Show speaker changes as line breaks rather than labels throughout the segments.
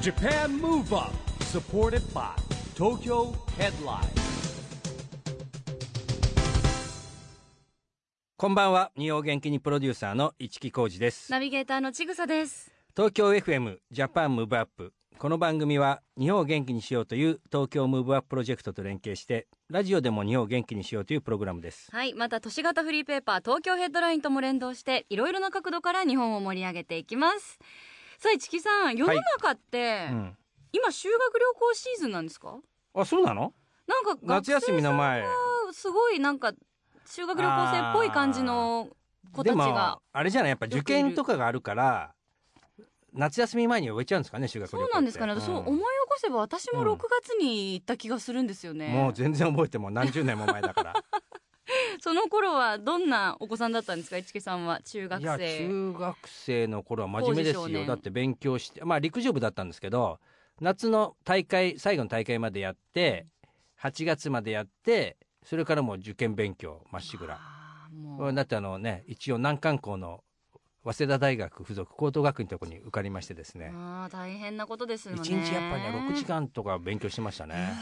Japan Move Up supported by Tokyo Headline
こんばんは日本元気にプロデューサーの市木浩司です
ナビゲーターのちぐさです。
東京 FM ジャパンムーブアップこの番組は日本を元気にしようという東京ムーブアッププロジェクトと連携してラジオでも日本を元気にしようというプログラムです
はい、また都市型フリーペーパー東京ヘッドラインとも連動して、いろいろな角度から日本を盛り上げていきます。さあ、市木さん、世の中って、
うん。
今修学旅行シーズンなんですか？
あそうなの
なんか学
夏
生
休みの前
すごいなんか修学旅行生っぽい感じの子
で
たち
も
が。
あれじゃないやっぱ
よくい
受
る
験とかがあるから夏休み前に終えちゃうんですかね修学旅行
そ
っ
う
て
なんですかね。
ん
そう思い起こせば私も
うん
6月に行った気がするんですよね。
もう全然覚えても何十年も前だから
その頃はどんなお子さんだったんですか、市木さんは中学
いや
生。
中学生の頃は真面目です
工事
よ
少年
だって勉強してまあ陸上部だったんですけど夏の大会最後の大会までやって8月までやってそれからもう受験勉強まっしぐら
あーもう
だってあのね一応難関校の早稲田大学附属高等学院のとこに受かりましてですね
あー大変なことですよね。
一日やっぱりね6時間とか勉強してましたね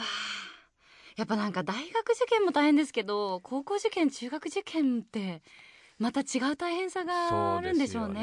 やっぱなんか大学受験も大変ですけど高校受験中学受験ってまた違う大変さがあるんでしょうね
そうですよ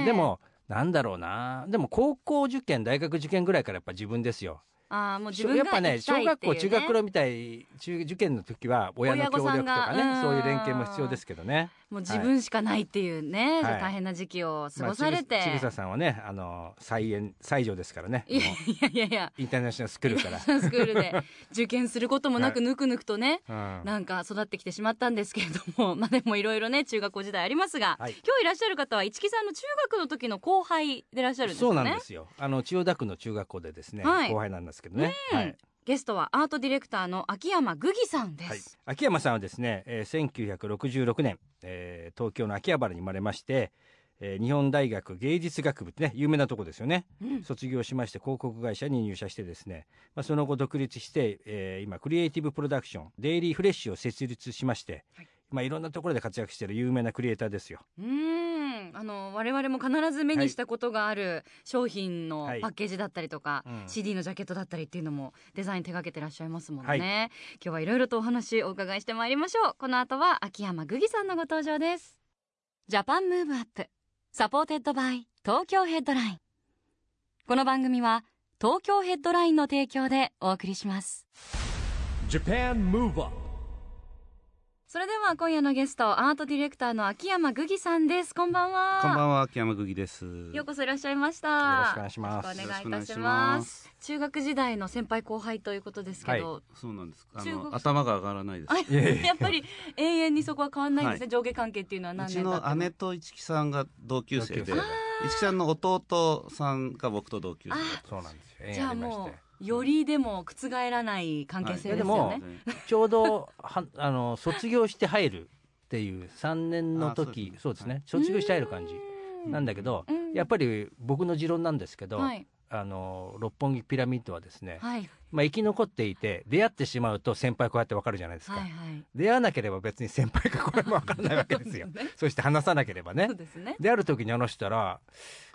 ねでもなんだろうなでも高校受験大学受験ぐらいからやっぱ自分ですよ
ああもう自
小
分
や
が
っぱね
行きた
小
いっ
学
ていう
校
ね
中学校みたい中受験の時は親の協力とか
親御さん
ね
が
そういう連携も必要ですけどね
もう自分しかないっていうね、
はい
大変な時期を過ごされて、
まあちぐちぐささんはねあの再演最上ですからね
いや
もう
いやいやい や
インターナショナルスクールから
スクールで受験することもな
は
くぬくぬくとね、
うん
なんか育ってきてしまったんですけれども まあでもいろいろね中学校時代ありますが、
はい
今日いらっしゃる方は市木さんの中学の時の後輩でいらっしゃるんです
そ
よ
う
ね
なんですよあの千代田区の中学校でですね
はい
後輩なんですけどねはい
ゲストはアートディレクターの秋山ぐぎさんです、
はい、秋山さんはですね、えー1966年、えー東京の秋葉原に生まれまして、えー日本大学芸術学部ってね有名なとこですよね、
うん
卒業しまして広告会社に入社してですね、まあ、その後独立して、えー今クリエイティブプロダクションデイリーフレッシュを設立しまして、
はい
まあ、いろんなところで活躍している有名なクリエイターですよ。
うーんあの我々も必ず目にしたことがある商品の
はい
パッケージだったりとか、
うん
CD のジャケットだったりっていうのもデザイン手掛けてらっしゃいますもんね、
はい
今日はいろいろとお話お伺いしてまいりましょうこの後は秋山ぐぎさんのご登場ですジャパンムーブアップサポーテッドバイ東京ヘッドラインこの番組は東京ヘッドラインの提供でお送りします
Japan Move Up
それでは今夜のゲストアートディレクターの秋山ぐぎさんですこんばんは
こんばんは秋山ぐぎです。
ようこそいらっしゃいました
よろしくお願いします
よろしくお願いいた
よろしく
し
お願
ま
いします
中学時代の先輩後輩ということですけど、
そうなんです。あ
中国
の頭が上がらないです。
あやっぱり永遠にそこは変わんないんですね、
は
上下関係っていうのは
う
何
ち
年経って
の
も
姉と一木さんが同級生
同級
で、
生
一
だ
木さんの弟さんが僕と同級生だった。
そうなんですよ縁
じゃあ
りまして
もうよりでも覆らない関係性ですよ
は
ね
い、ちょうどはあの卒業して入るっていう3年の時
あ
そ
そうう
で
ですす
ね
ね
卒業して入る感じなんだけど、
うん
やっぱり僕の持論なんですけど、
はい
あの六本木ピラミッドはですね、
はい
まあ、生き残っていて出会ってしまうと先輩こうやってわかるじゃないですか、
はいはい
出会わなければ別に先輩かこれもわからないわけですよ
そうですね
そして話さなければね
そうですね
である時にあの人ら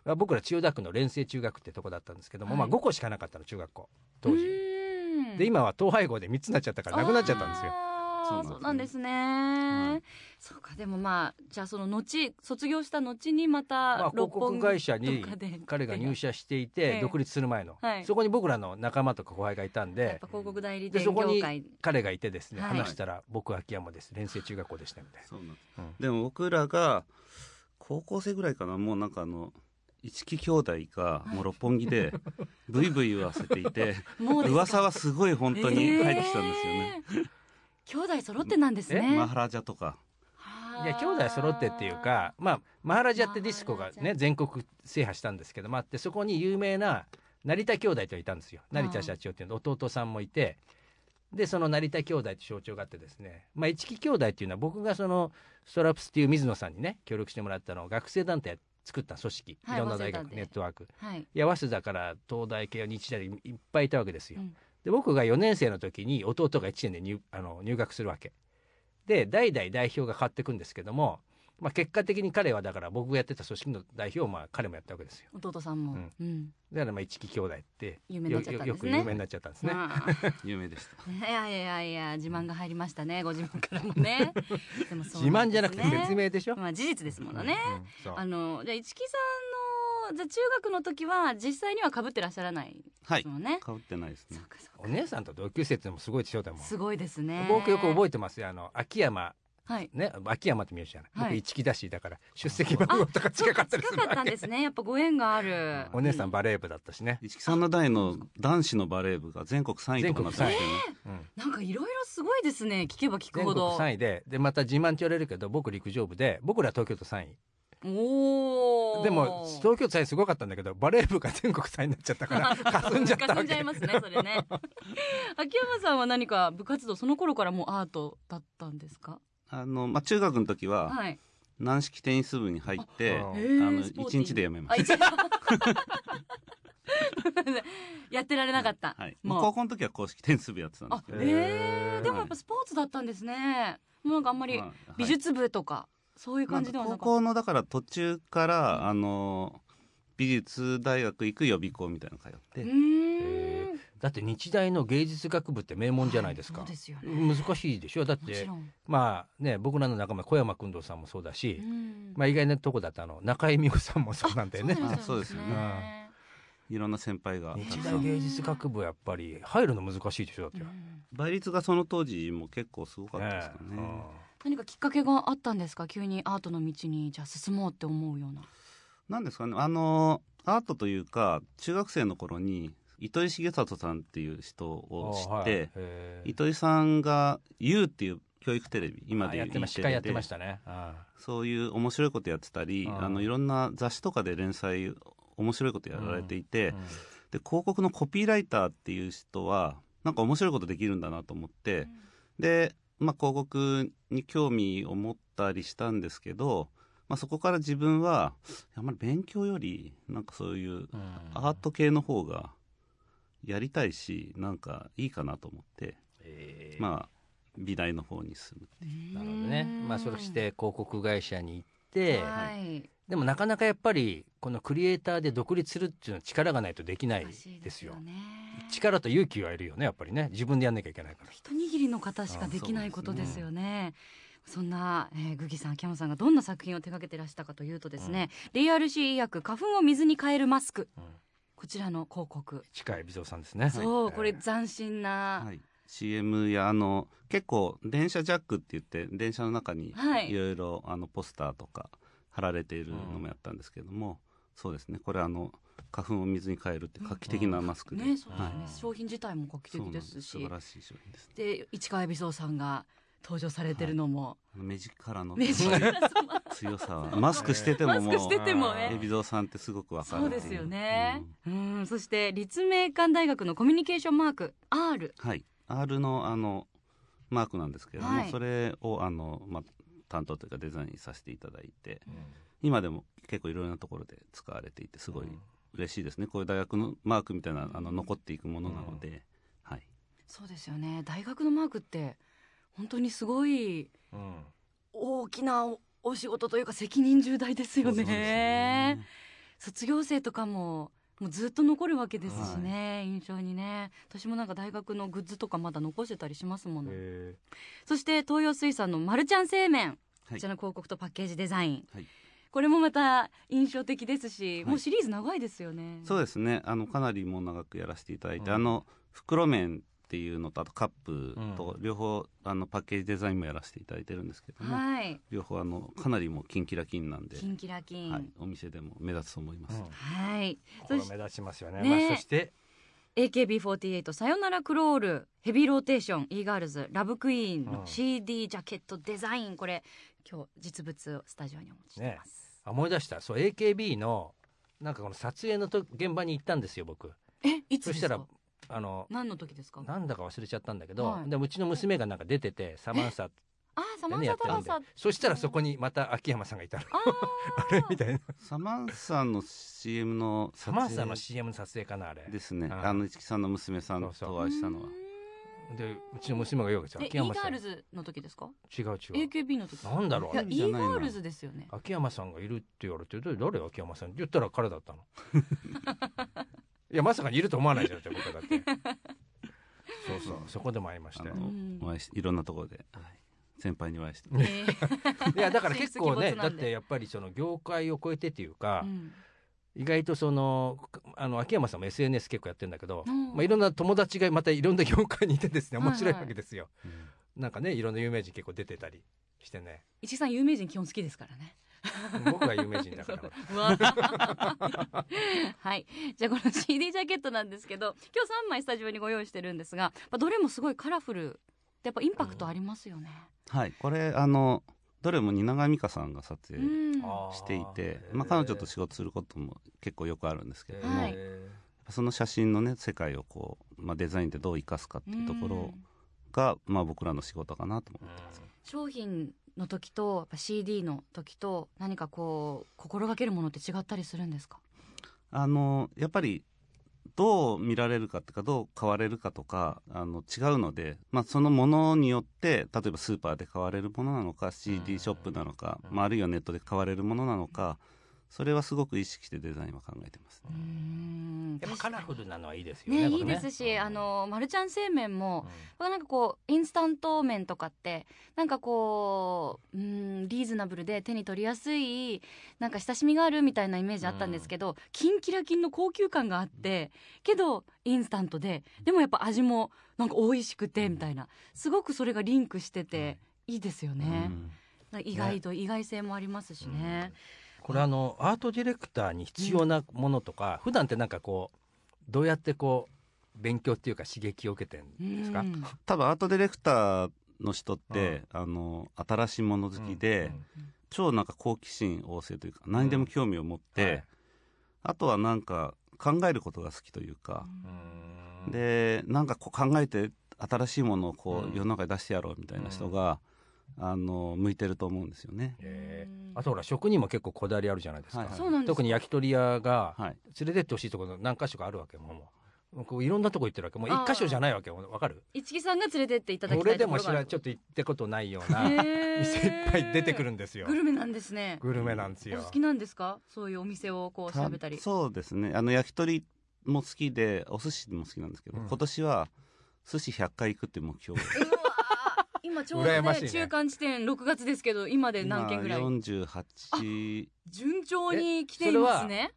まあ僕ら千代田区の連成中学ってとこだったんですけども、
はい
まあ、5個しかなかったの中学校当時で
今
今は統廃合で3つになっちゃったからなくなっちゃったんですよ
あーそ
そうう
な
なんん
で
ですす
ね、
はい
そうかでもまあじゃあその後卒業した後にま
ま
た
あ、広
六本
告
木
会社に
とかで
彼が入社していて
ええ
独立する前の、
はい
そこに僕らの仲間とか後輩がいたん
やっ
で
ぱ広告代理
で
店
そ
業
こに
界
彼がいてですね、
はい
話したら「僕は秋山です連成中学校でした」みたい
そうなんです
うん。
でも僕らが高校生ぐらいかな、もうなんかあの一木兄弟がもう六本 木でブイブイ言わせていて、
もうですか
噂はすごい本当に入ってきたんですよね。
えー、兄弟揃ってなんですね
マハラジャとか。
は
な。
あ
いや兄弟揃ってっていうかまあマハラジャってディスコ
マハ
が
ラジャ
ね全国制覇したんですけどもあってそこに有名な成田兄弟といたんですよ成田社長っていうの弟さんもいてでその成田兄弟って象徴があってですねまあ一木兄弟っていうのは僕がそのストラップスっていう水野さんにね協力してもらったのを学生団体作った組織い
はい
ろんな大
早稲田
学
で
ネットワーク
はい
いや早稲田から東大系日大いっぱいいたわけですよ、
うん
で僕が4年生の時に弟が1年で入あの入学するわけで代々代表が変わっていくんですけどもまあ、結果的に彼はだから僕がやってた組織の代表をまあ彼もやったわけですよ
弟さんも、う
うんんだからまあ一木兄弟って
有名になっちゃったん
よよ
ですね
よく有名になっちゃったんですね、
ま
有名でした
あ いやいやいや自慢が入りましたねご自分から もねでもそ
自
うな
慢
ん
じ
で
ゃ
す
な
ね
くて説明でしょ、
まあ事実ですものね、
うんそう
あのじゃあ一木さんのじゃあ中学の時は実際には被ってらっしゃらない
は
で
い
すもんね、
かぶってないですね
そうかそう
お姉さんと同級生っていうのもすごいでしょでも
かすごいですね
僕よく覚えてますよあの秋山
はい
ね秋山って見えるじゃない、
はい
僕一木だしだから出席番号とか近かったりする
近かった
わ
んで
け
すねやっぱご縁がある
お姉さん
ば
バレー部だったしね、
一木さんの代の男子のバレー部が全国3位とかなってましたよね
うん、
なんかいろいろすごいですね聞けば聞く
全
ほ
国
ど
3位ででまた自慢って言われるけど僕陸上部で僕ら東京都3位
おお
でも東京都3位すごかったんだけどバレー部が全国3位になっちゃったから かすんじゃったわ
んじゃい
け
ますねそれね 秋山さんは何か部活動その頃からもうアートだったんですか
あの、まあ、中学の時は
はい
軟式テニス部に入って
あ
あ
へ
ー
の
スポーティー
1日でやめま
あ
し
一応 やってられなかった、
た、はい、
もう
高校の時は公式テニス部やってたんですけ
え
ど
あえー、でもやっぱスポーツだったんですねもうなんかあんまり
まあはい
美術部とか、そういう感じでは
まあ
なか
高
った、
校のだから途中から、あの美術大学行く予備校みたいなの通って、
うーん
えだって日大の芸術学部って名門じゃないですか、
そうですよね
難しいでしょだっ
もち
て
ろん、
まあね僕らの仲間小山君堂さんもそうだし、
うん
まあ意外なとこだとあの中井美穂さんもそうなんだよね
あ
あ
そうですよねいろんな先輩がた
日
くさ
大
ん
芸術学部やっぱり入るの難しいでしょだって、
う
ね
ん
倍率がその当時も結構すごかったですかね
うん
何かきっかけがあったんですか急にアートの道にじゃあ進もうって思うような
なんですかねあのアートというか中学生の頃に糸井重里さんっていう人を
あ
知っ
ーは
て、
いへー
糸井さんが「YOU」っていう教育テレビ今
あ
でい
や
う
ってまし
E
司
テ
会
レ
やって
で
ましたねあ
そういう面白いことやってたり
うん
あのいろんな雑誌とかで連載面白いことやられていて、
ーうん
で広告のコピーライターっていう人はなんか面白いことできるんだなと思って、で、まあ、広告に興味を持ったりしたんですけど、まあ、そこから自分はあんまり勉強よりなんかそういう
うん
アート系の方がやりたいしなんかいいかなと思って、
えー
まあ美大の方に進む
なるほどねまあそして広告会社に行っ
で
て、
はい
でもなかなかやっぱりこのクリエイターで独立するっていうのは力がないとできない
難しい
ですよ
ね
力と勇気はいるよねやっぱりね自分でやんなきゃいけないから
一握りの方しかできないことですよね。そんな、えー、グギさん秋山さんがどんな作品を手掛けてらしたかというとですね、DRC 医薬花粉を水に変えるマスク、
うん
こちらの広告、
近い美蔵さんですね
そうこれ
え
斬新な、
はい、CM やあの結構電車ジャックって言って電車の中に
はい
いろいろあのポスターとか貼られているのもやったんですけども、そうですねこれあの花粉を水に変えるって画期的なマスクで、
ねそうですね、
はい
商品自体も画期
そうな
的
ん
で
ですす
し
素晴らしい商品ですね
で市川海老蔵さんが登場されてるのも、
あの目力の
目 力
強さ はマスクしてても
マス
も
クして
う
てもね
え
海老蔵さんってすごくわかる
そう
ってい
ですよね
うん、
うん、そして立命館大学のコミュニケーションマーク R
はい、R のあのマークなんですけれども、
はい
それをあの、ま、担当というかデザインさせていただいて
うん
今でも結構いろいろなところで使われていてすごい嬉しいですね、こういう大学のマークみたいなあの残っていくものなので、はい、
そうですよね大学のマークって本当にすごい
うん
大きなおお仕事というか責任重大ですよ
そう
ね
ですね
卒業生とかももうずっと残るわけですしね、印象にね私もなんか大学のグッズとかまだ残してたりしますもの、
え
そして東洋水産のマルちゃん製麺
は
こ
い
ちらの広告とパッケージデザイン、
はい
これもまた印象的ですし、
い
もうシリーズ長いですよね
そうですねあのかなりもう長くやらせていただいて、
うん
あの袋麺っていうのとあとカップ
う
と
ん
両方、あのパッケージデザインもやらせていただいてるんですけども、
はい
両方あのかなりもうキンキラキンなんで
キ、ンキラキン
はい、お店でも目立つと思いま
う
す、
ん
はい、
これ
そし
目立ちますよね
ね
まあ、そして
AKB48 さよならクロールヘビーローテーション e ガールズラブクイーン
う
の
ん
CD ジャケットデザインこれ今日実物をスタジオにお持ちしてます、
あ思い出したそう AKB のなんかこの撮影のと現場に行ったんですよ僕
えいつ
そ
で
した
すから
あの
何の時ですか
なんだか忘れちゃったんだけど、
はい
でうちの娘がなんか出ててサマンサっ
あーサ
て
マン
ねや
サ
って
タ
る
ラ
んで
サ
そしたらそこにまた秋山さんがいたの
あ
あれみたいな
サマンサの CM の撮
サマンサの
影
CM の撮影かなあれ
ですね
うん
あの市木さんの娘さんと
そうそう
お会いしたのは
うーん
でうちの娘が言うわけ
え
で
e
すよ秋
ガ
山
ー
さん
ルズの時ですか
違う違う
AKB の時い
なんだろうあ
や
れ
e
じゃない
ガ
な
ールズですよね
秋山さんがいるって言われてで誰秋山さんって言ったら彼だったの いやまさかにいると思わないじゃんって僕だ ってそうそうそこでも会いまし
あ
て
の、
うん
お会いしいろんなところで、はい先輩にお会いして、
えー
いやだから結構ね
神出鬼没
だ
な
っ
んで
てやっぱりその業界を超えてっていうか、
うん
意外とそのあの秋山さんも SNS 結構やってるんだけど、
うん
まあ、いろんな友達がまたいろんな業界にいてですね面白い
はいはい
わけですよ、
うん
なんかねいろんな有名人結構出てたりしてね
石井さん有名人基本好きですからね
僕が有名人だ から
うわ はいじゃあこの CD ジャケットなんですけど今日3枚スタジオにご用意してるんですがやっぱどれもすごいカラフルでやっぱインパクトありますよね、
はいこれあのどれも蜷川美香さんが撮
う
影
ん
あー
していて、
へー
まあ、彼女と仕事することも結構よくあるんですけれども、
はい
え
その写真のね世界をこう、まあ、デザインでどう生かすかっていうところが、まあ、僕らの仕事かなと思ってます。
商品の時とやっぱ CD の時と何かこう心がけるものって違ったりするんですか
あのやっぱりどう見られるかっていうかどう買われるかとかあの違うので、まあ、そのものによって例えばスーパーで買われるものなのか CD ショップなのか、まあ、あるいはネットで買われるものなのかそれはすごく意識してデザインは考えてますね、
うん
やっぱカラフルなのはいいですよね
ね
こ
い
れ
いですし、あのマルちゃん製麺も、
うん
なんかこうインスタント麺とかってなんかこううんリーズナブルで手に取りやすいなんか親しみがあるみたいなイメージあったんですけど、キンキラキンの高級感があってけどインスタントででもやっぱ味もなんか美味しくてみたいなすごくそれがリンクしてて、いいですよね、
うん
なんか意外と意外性もありますしね。
これあのアートディレクターに必要なものとか、普段ってなんかこうどうやってこう勉強っていうか刺激を受けて
うん
ですか、
ん
多分アートディレクターの人って、あの新しいもの好きで、
うん
超なんか好奇心旺盛というか何にでも興味を持って、
はい
あとはなんか考えることが好きというか、
うん
でなんかこう考えて新しいものをこ
うん
う世の中に出してやろうみたいな人が、あの向いてると思うんですよね。
えーあとほら食にも結構こだわりあるじゃないですか、
はいはい
そうなんです
特に焼き鳥屋が
はい、
連れてってほしいところ何箇所かあるわけもうもうこういろんなとこ行ってるわけもう一箇所じゃないわけもうわかる
一木さんが連れてっていただきた
俺
いと
で
こ
も
ろ
知
があ
ら
る
ちょっと行ったことないような店
へー
いっぱい出てくるんですよ
グルメなんですね
グルメなんです
お
よ
好きなんですかそういうお店をこう調べたり
たそうですねあの焼き鳥も好きでお寿司も好きなんですけど、
うん
今年は寿司100回行くっていう目標
うわー今ちょうど
羨ま
ね
しいね
中間地点6月ですけど今で何件ぐらい
今48
順調に来ていますね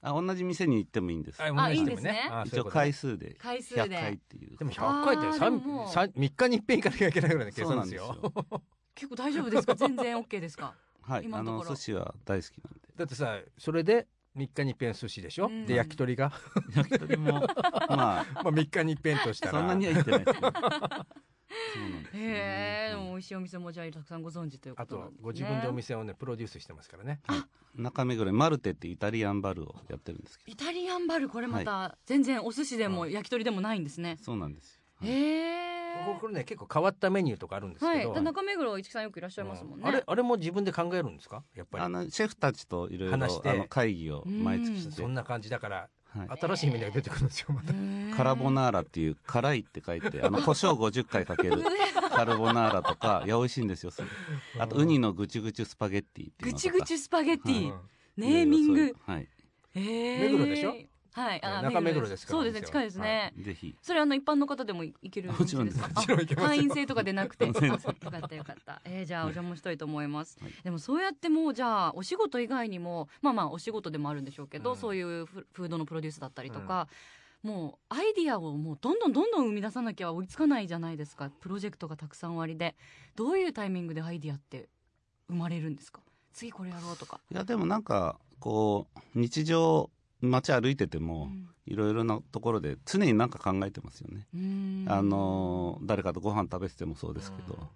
あ同じ店に行ってもいいんです
あもう
あいいんですね
あそうい
一
うこと
応
ね
回数で
回数で
100回っていう
でも100回って
あー
3,
でももう
日に一遍行かなきゃいけないぐらいの計
そう
算で
なん
す
です
よ
よ
結構大丈夫ですか全然 OK ですか
はい
今
あ
のとこ
の
ろ
寿司は大好きなんで
だってさそれで3日に一遍寿司でしょ、
うん
で焼き鳥が
焼き鳥もま
まあ3日に一遍とし
あ
たら
そんなには行ってないですねそうなんですね
へえ
は
で
い
も美味しいお店もじゃあたくさんご存知というこ
あ
となん
と
ですね
ご自分でお店をねプロデュースしてますからね
中目黒にマルテってイタリアンバルをやってるんですけ
イタリアンバルこれまた全然お寿司でも焼き鳥でもないんですね
どそうなんですよ、はい
へえ
こここれね結構変わったメニューとかあるんです
は
け
い
ど、
だ中目黒一木さんよくいらっしゃいますもんね
あれあれも自分で考えるんですかやっぱ
あ
り
のシェフたちといろいろあ
話して
の会議を毎月して、
そんな感じだから
はい
新しいメニューが出てくるんですよまた、
へー
カラボナーラっていう辛いって書いてあの胡椒50回か けるカルボナーラとかいや美味しいんですよそれあとウニのぐちゅぐちゅスパゲッティってい
ぐ
うのと
ち
か
ぐちスパゲッティ、
うん
ネーミング。
はい
目
目黒でしょ
は
ね
い、
中目黒ですから
そうですね、近いですね。
ぜひ
それあの一般の方でもいけるお店か
もちろんです
あ
もちろんいけますよ
会員制とかでなくてよ
全
か
然
ったよかった、えー、じゃあお邪魔したいと思います、
はい
でもそうやってもうじゃあお仕事以外にもまあまあお仕事でもあるんでしょうけど、
うん
そういうフフードのプロデュースだったりとか、もうアイディアをもうどんどんどんどん生み出さなきゃ追いつかないじゃないですかプロジェクトがたくさんおありでどういうタイミングでアイディアって生まれるんですか次これやろうとか、
いやでもなんかこう日常街歩いてて
う
も
ん
いろいろなところで常になんか考えてますよね、
うーん
あのー誰かとご飯食べててもそうですけど、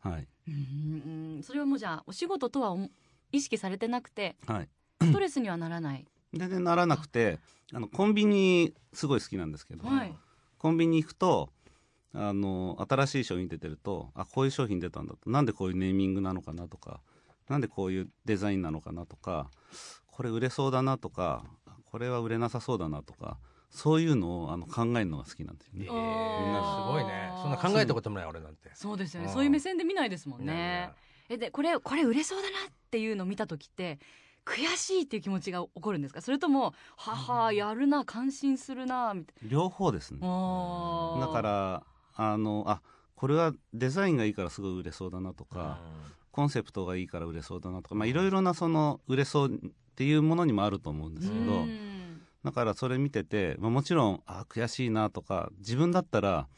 はい
うんうんそれはもうじゃあお仕事とはお意識されてなくて
はい
ストレスにはならない、
全然ならなくてあのコンビニすごい好きなんですけど、
はい
コンビニ行くとあの新しい商品出てるとあこういう商品出たんだとなんでこういうネーミングなのかなとかなんでこういうデザインなのかなとかこれ売れそうだなとかこれは売れなさそうだなとかそういうのをあの考えるのが好きなんですよ
え
ね
ー、す
あー
ごいねそんな考えたこともない俺なんて
そうですよね
うん
そういう目線で見ないですもん
ないない
ねえでこれこれ売れそうだなっていうのを見た時って悔しいっていう気持ちが起こるんですかそれともははやるな感心するなみたい
両方ですね
なおー
だからあのあこれはデザインがいいからすごい売れそうだなとか、コンセプトがいいから売れそうだなとかまあいろいろなその売れそうっていうものにもあると思うんですけ
う
ど
ん
だからそれ見てて、まあ、もちろんあ悔しいなとか自分だったら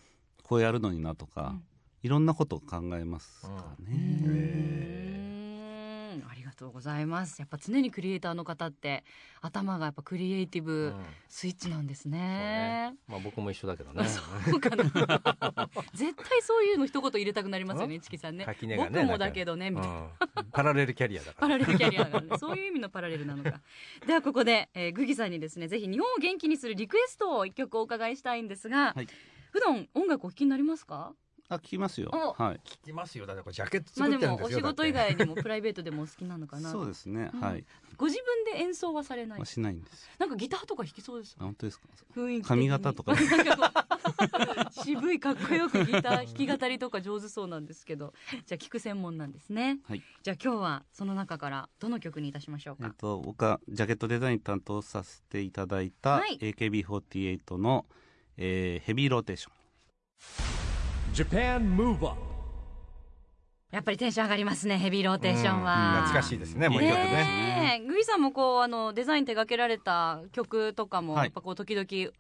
こうやるのになとか、
うん
いろんなことを考えますから
う
ね。
ーんありがとうございますやっぱ常にクリエイターの方って頭がやっぱクリエイティ
うん
ブ
うん
スイッチなんです
そう
ね
ね。 まあ僕も一緒だけどね
そうかな 絶対そういうの一言入れたくなりますよね、市木さんね。
垣根がね
僕もだけどね、みたいな。
うんパラレルキャリアだか
パ
ら
ラレルキャリアがあるねそういう意味のパラレルなのか。ではここで、えー、グギさんにですね、ぜひ日本を元気にするリクエストを一曲お伺いしたいんですが、
はい
普段音楽お聴きになりますか
あ聞きますよ
お。
はい。
聞きますよだってこれジャケット
まあ
作っ
で
てるん
も
ですよ
お仕
だって
事以外にもプライベートでもお好きなのかな。
そうですね。
うん
はい。
ご自分で演奏はされない
まあ、。しないんです。
なんかギターとか弾きそうです
あ。本当ですか。
雰囲気的に
髪型とか
なんかこう 渋いかっこよくギター弾き語りとか上手そうなんですけどじゃあ聞く専門なんですね
はい。
じゃあ今日はその中からどの曲にいたしましょう
えっ
か、
と僕はジャケットデザイン担当させていただいた
はい
AKB48 の、えーヘビーローテーション。
Japan Move Up
やっぱりテンション上がりますねヘビーローテーション
うん
は、
懐かしいですねもう一
ね
曲ね
えグイさんもこうあのデザイン手掛けられた曲とかも
は
や
い
っぱこう時々聞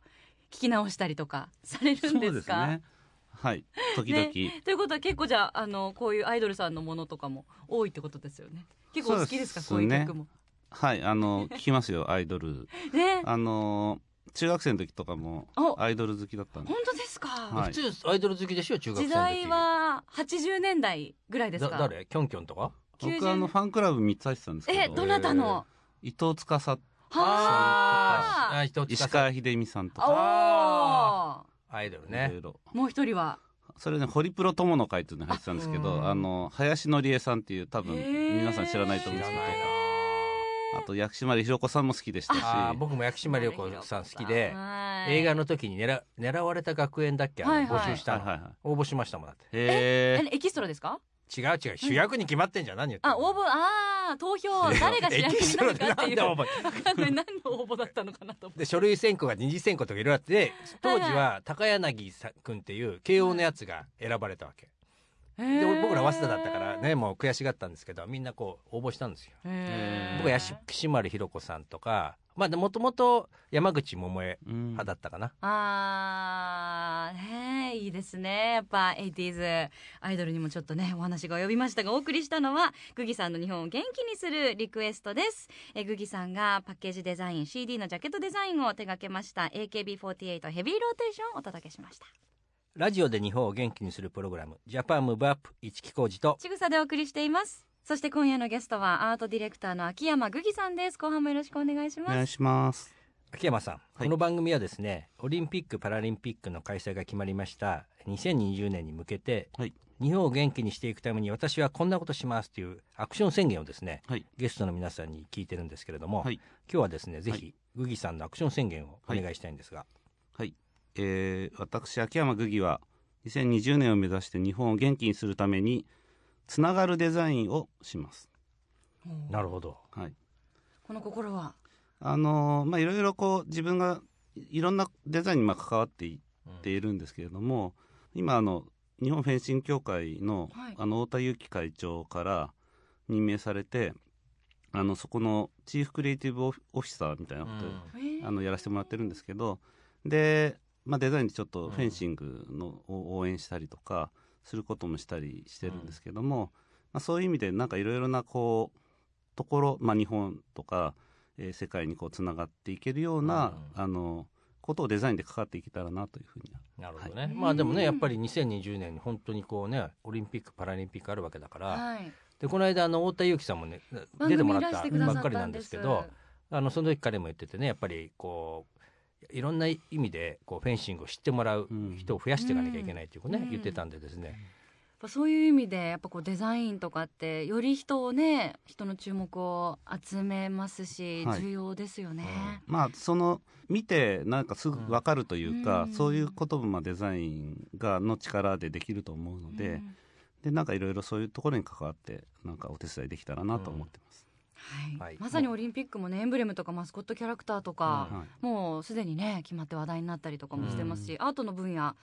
き直したりとかされるん
そ
で
うですす
か
ね。はい。時々。
ねということは結構じゃああのこういうアイドルさんのものとかも多いってことですよね結構お好きですか
そう
こう
です
い
ね
う曲も
はい。あの聞きますよアイドル。
ね
あの中学生の時とかも
お
アイドル好きだったんで
本。当ですか、
はい
普通アイドル好きでしょ中学生の
時
時
代は80年代ぐらいです
だ
か
誰キョンキョンとか
90
僕あのファンクラブ三つ入ってたんですけど。
えどなたの
伊藤司さん
はあ
あー人
石川秀美さんとか
あ
アイドル
いろ
ね
いろ
おーもう一人は
それねホリプロ友の会っていうのに入ってたんですけ
あう
ど
ん
あの林紀恵さんっていう多分
へー
皆さん知らないと
知
思うんで
ら
す
な
け
い
ど
な
あと薬師丸ひろ子さんも好きでしたし
あー僕も薬師丸ひろ子さん好きで
はい
映画の時に狙狙われた学園だっけあの
はいはい
募集し
は
た
いはい
の
はい
応募しましたもんだって
へ
えエキストラですか
違う違う主役に決まってんじゃん何言ってん
あ
の
応募ああ投票誰が主役になるかって
エキストラでなん
いう
で応
わ
募
かんない何の応募だったのかなと思って
で書類選考が二次選考とかいろいろあって当時
はい
は高柳さん君っていう慶応のやつが選ばれたわけで僕ら早稲田だったからねもう悔しがったんですけどみんなこう応募したんですよ
へー
僕は薬師丸ひろ子さんとかまあでもともと山口百恵
え
派だったかな、
あーねえいいですねやっぱ 80s アイドルにもちょっとねお話が及びましたがお送りしたのはグギさんの日本を元気にするリクエストですえグギさんがパッケージデザイン CD のジャケットデザインを手掛けました AKB48 ヘビーローテーションをお届けしました
ラジオで日本を元気にするプログラム「ジャパンムーブアップ一木工事と
ちぐさでお送りしていますそして今夜のゲストはアートディレクターの秋山グギさんです後半もよろしくお願いし
お
ます
願いします
秋山さん、
い
この番組はですねオリンピック・パラリンピックの開催が決まりました2020年に向けて、
はい
日本を元気にしていくために私はこんなことしますというアクション宣言をですね
はい
ゲストの皆さんに聞いてるんですけれども、
はい
今日はですねぜ
は
ひ、グギさんのアクション宣言をお願いしたいんですが、
はい、えー私秋山グギは2020年を目指して日本を元気にするためにつながるデザインをします
なるほど
はい
この心は
あのーまあいろいろこう自分がいいろんなデザインにまあ関わっていっているんですけれども、今あの日本フェンシング協会の,、
はい
あの太田裕樹会長から任命されてあのそこのチーフクリエイティブオフオフィサーみたいなことで、あのやらせてもらってるんですけどで、まあ、デザインでちょっとフェンシングの、を応援したりとかすることもしたりしてるんですけども、まあ、そういう意味でなんかいろいろなこうところ、まあ、日本とか、えー世界にこうつながっていけるような、
う
あのことをデザインで関わっていけたらなというふうに
なるほどね、
はい
まあでもねやっぱり2020年に本当にこうねオリンピック・パラリンピックあるわけだから、
はい
でこの間あの太田裕樹さんもね
番
出て
組
も
い
らっ
ら
た
してくだ
ば
さ
っ
っ
かり
た
なんん
で
ですすけどあのその時彼も言っててねやっぱりこういろんな意味でこうフェンシングを知ってもらう人を増やしていかなきゃいけないっていうことね、
うん
言ってたんでですね、
やっぱぱそういう意味でやっぱこうデザインとかってより人をね人の注目を集めますし、
はい
重要ですよね。
まあその見てなんかすぐ分かるというか、
うん
そういうこともまあデザインがの力でできると思うの
う
で、
ん
でなんかいろいろそういうところに関わってなんかお手伝いできたらなと思ってます。
はい
はい
まさにオリンピックもねエンブレムとかマスコットキャラクターとか、
うん
はい
もうすでにね決まって話題になったりとかもしてますし、アートの分野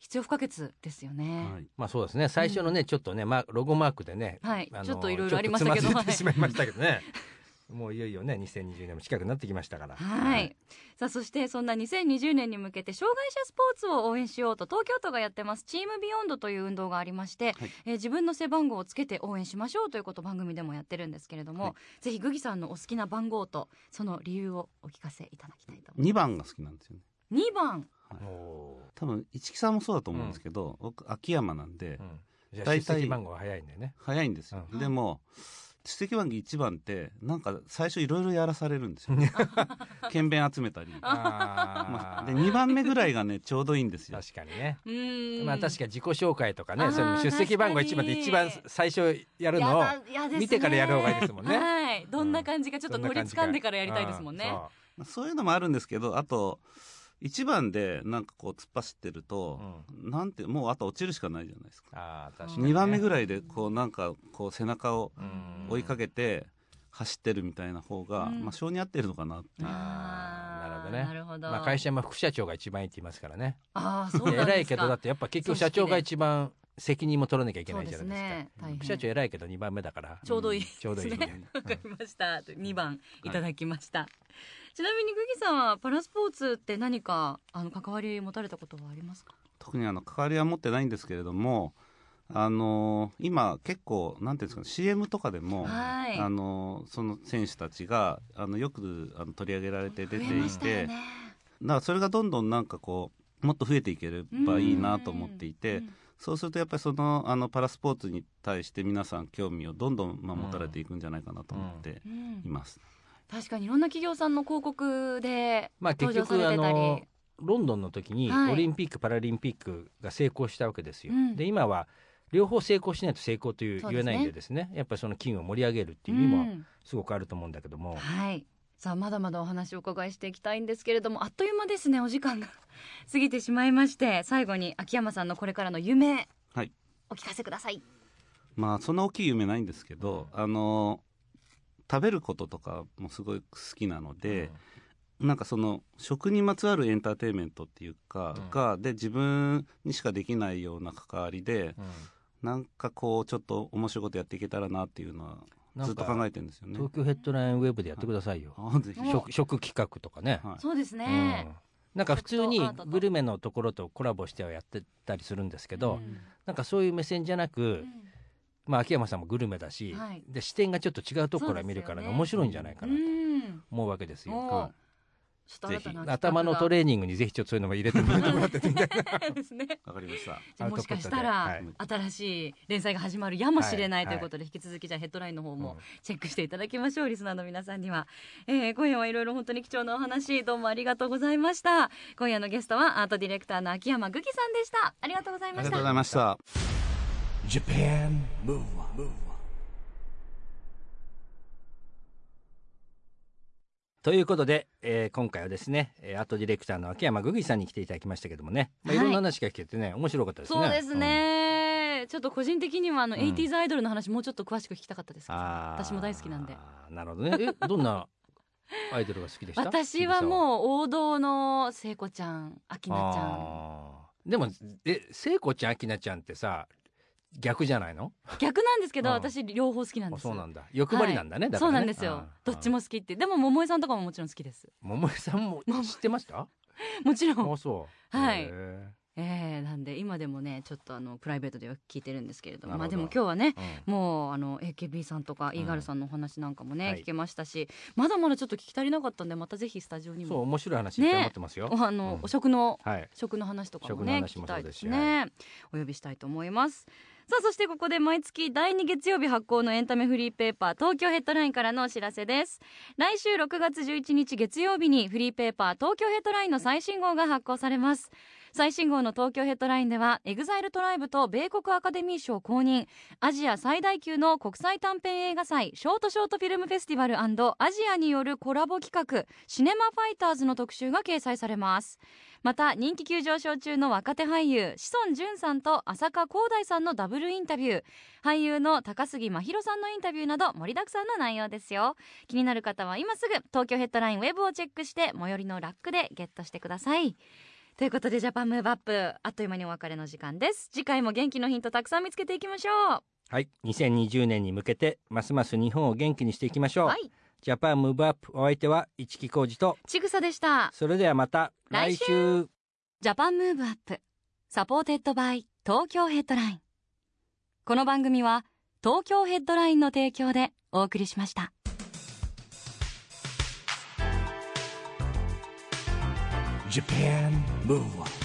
必要不可欠ですよね。
はい
まあそうですね最初のね、ちょっとね、まあ、ロゴマークでね、
はい
あの
ちょっといろいろありましたけど
ちょっとつまずいてしまいましたけど ねもういよいよね2020年も近くなってきましたから
はい、さあそしてそんな2020年に向けて障害者スポーツを応援しようと東京都がやってますチームビヨンドという運動がありまして、
はい
えー自分の背番号をつけて応援しましょうということを番組でもやってるんですけれども、
はい
ぜひグギさんのお好きな番号とその理由をお聞かせいただきたいと思い
2番が好きなんですよね。
ます2番
おー
多分一木さんもそうだと思うんですけど、僕秋山なんで、
うんじゃあ出
大体
席番号が早いんだよね
早いんですよ、
うん
でも出席番号1番ってなんか最初いろいろやらされるんですよ 剣弁集めたりま
あ
あ
ー
で2番目ぐらいがねちょうどいいんですよ
確かにね
うーん
まあ確か自己紹介とかね、
あー
その出席番号一番で一番
確かに
最初やるのを
やだやですね
見てからやる方がいいですもんね
はいどんな感じかちょっと乗り掴んでからやりたいですもんね、
う
まあそういうのもあるんですけどあと1番でなんかこう突っ走ってる
そ
と
う、
なんてもうあと落ちるしかないじゃないですか
あー確かにね、
2番目ぐらいでこうなんかこう背中を
うん
追いかけて走ってるみたいな方が、
うん
まあ性に合ってるのかなって
あー
なるほどね
なるほど、
まあ、会社も副社長が一番いいって言いますからね
あーそうなんですか
偉いけどだってやっぱ結局社長が一番責任も取らなきゃいけないじゃないですか
そうですね大変
副社長偉いけど2番目だから
ちょうどいいですね
ちょうど いいみたいな
わかりました。二番いただきました。ちなみにグギさんはパラスポーツって何かあの関わり持たれたことはありますか。
特にあの関わりは持ってないんですけれども、あのー今結構なんていうんですかね CM とかでも、
はい
あのーその選手たちがあのよくあの取り上げられて出て
増えま
い
したよ
て、だ
ね
からそれがどんどんなんかこうもっと増えていければいいなと思っていて、
うん
そうするとやっぱりそのあのパラスポーツに対して皆さん興味をどんどん、まあ、持たれていくんじゃないかなと思って
うん
います。
確かにいろんな企業さんの広告で
まあ
登
結
場さ
局
れ
あ
てたり、
のロンドンの時に
はい
オリンピック・パラリンピックが成功したわけですよ、
うん
で今は両方成功しないと成功という
そう
言
で
え
すね
ないんでですねやっぱりその金を盛り上げるっていう意味も
ん
すごくあると思うんだけども、
はい。さあまだまだお話をお伺いしていきたいんですけれどもあっという間ですねお時間が過ぎてしまいまして最後に秋山さんのこれからの夢
はい
お聞かせください。
まあそんな大きい夢ないんですけど、あの食べることとかもすごい好きなので、なんかその食にまつわるエンターテインメントっていうか、
うん
がで自分にしかできないような関わりで
うん
なんかこうちょっと面白いことやっていけたらなっていうのは
なんか
ずっと考えてるんですよね
東。京ヘッドラインウェブでやってくださいよ、
あぜひ、
うん
食食企画とかね、
はい
そうです
う
ね。
ん、なんか普通に
食とアートと
グルメのところとコラボしてはやってたりするんですけど、
うん
なんかそういう目線じゃなく、
うん
まあ、秋山さんもグルメだし、
はい
で視点がちょっと違うところから見るから
そうですよね
面白いんじゃないかなと
うん
思うわけですよ。
おー
は
ちょっと新たな
頭のト
レ
レーニングにぜひちょっとそういう のも入れてもらってもらってて
ーですね。
わかりました。
じゃあもしかした
ア
ら
ウトプッ
新しい連載が始まるやもしれな
はいい
ということで引き続きじゃあヘッドラインの方も
うん
チェックしていただきましょうリスナーの皆さんには、えー今夜はいろいろ本当に貴重なお話どうもありがとうございました今夜のゲストはアートディレクターの秋山ぐきさんでしたありがとうござい
あ
ま
り
し
が
た
とうございました。
Japan Move Up, Move Up.
ということで、えー今回はですね、えー、アートディレクターの秋山ぐぐいさんに来ていただきましたけどもね、まあ、
は
い
い
ろんな話が聞けてね面白かったですね。
そうです
うん
ね、ちょっと個人的にはあの、
うん
80s アイドルの話もうちょっと詳しく聞きたかったですけど
あー
私も大好きなんで。
なるほどね。えどんなアイドルが好きでした
私は
う
もう王道の聖子ちゃん、あきなちゃん。
でもえ聖子ちゃん秋菜ちゃんってさ逆じゃないの
逆なんですけど、
うん
私両方好きなんで
あ
す。
そうなんだ欲張りなんだね、だか
そう
らね
なんですよ。どっちも好きって、でも桃江さんとかももちろん好きです。
桃井さんも知ってました
もちろん。
あそう
はい
へえ
ええなんで今でもね、ちょっとあのプライベートでは聞いてるんですけれども、ま
な
あ
るほ
で
ど
も今日はね。
うん
もうあの AKB さんとか
ん
e ーガルさんのお話なんかもね、
はい
聞けましたしまだまだちょっと聞き足りなかったんでまたぜひスタジオに
そう
も
面白い話いっぱい持ってますよ、
おあの、
うん
お食の
はい
食の話とかも
食の
ね
話
聞き
も
た
そう
い
で
ですす
し
ねお呼びしたいと思いますさあそしてここで毎月第2月曜日発行のエンタメフリーペーパー東京ヘッドラインからのお知らせです来週6月11日月曜日にフリーペーパー東京ヘッドラインの最新号が発行されます最新号の東京ヘッドラインではエグザイルトライブと米国アカデミー賞公認アジア最大級の国際短編映画祭ショートショートフィルムフェスティバルアジアによるコラボ企画シネマファイターズの特集が掲載されますまた人気急上昇中の若手俳優志尊淳さんと浅香光大さんのダブルインタビュー俳優の高杉真宙さんのインタビューなど盛りだくさんの内容ですよ気になる方は今すぐ東京ヘッドラインウェブをチェックして最寄りのラックでゲットしてくださいということでジャパンムーブアップあっという間にお別れの時間です次回も元気のヒントたくさん見つけていきましょ
はい2020年に向けてますます日本を元気にしていきまし
う
ょう、
はい
ジャパンムーブアップお相手は市木浩二と
ちぐさでした
それではまた
来
来週
ジャパンムーブアップサポーテッドバイ東京ヘッドラインこの番組は東京ヘッドラインの提供でお送りしました
Japan Move Up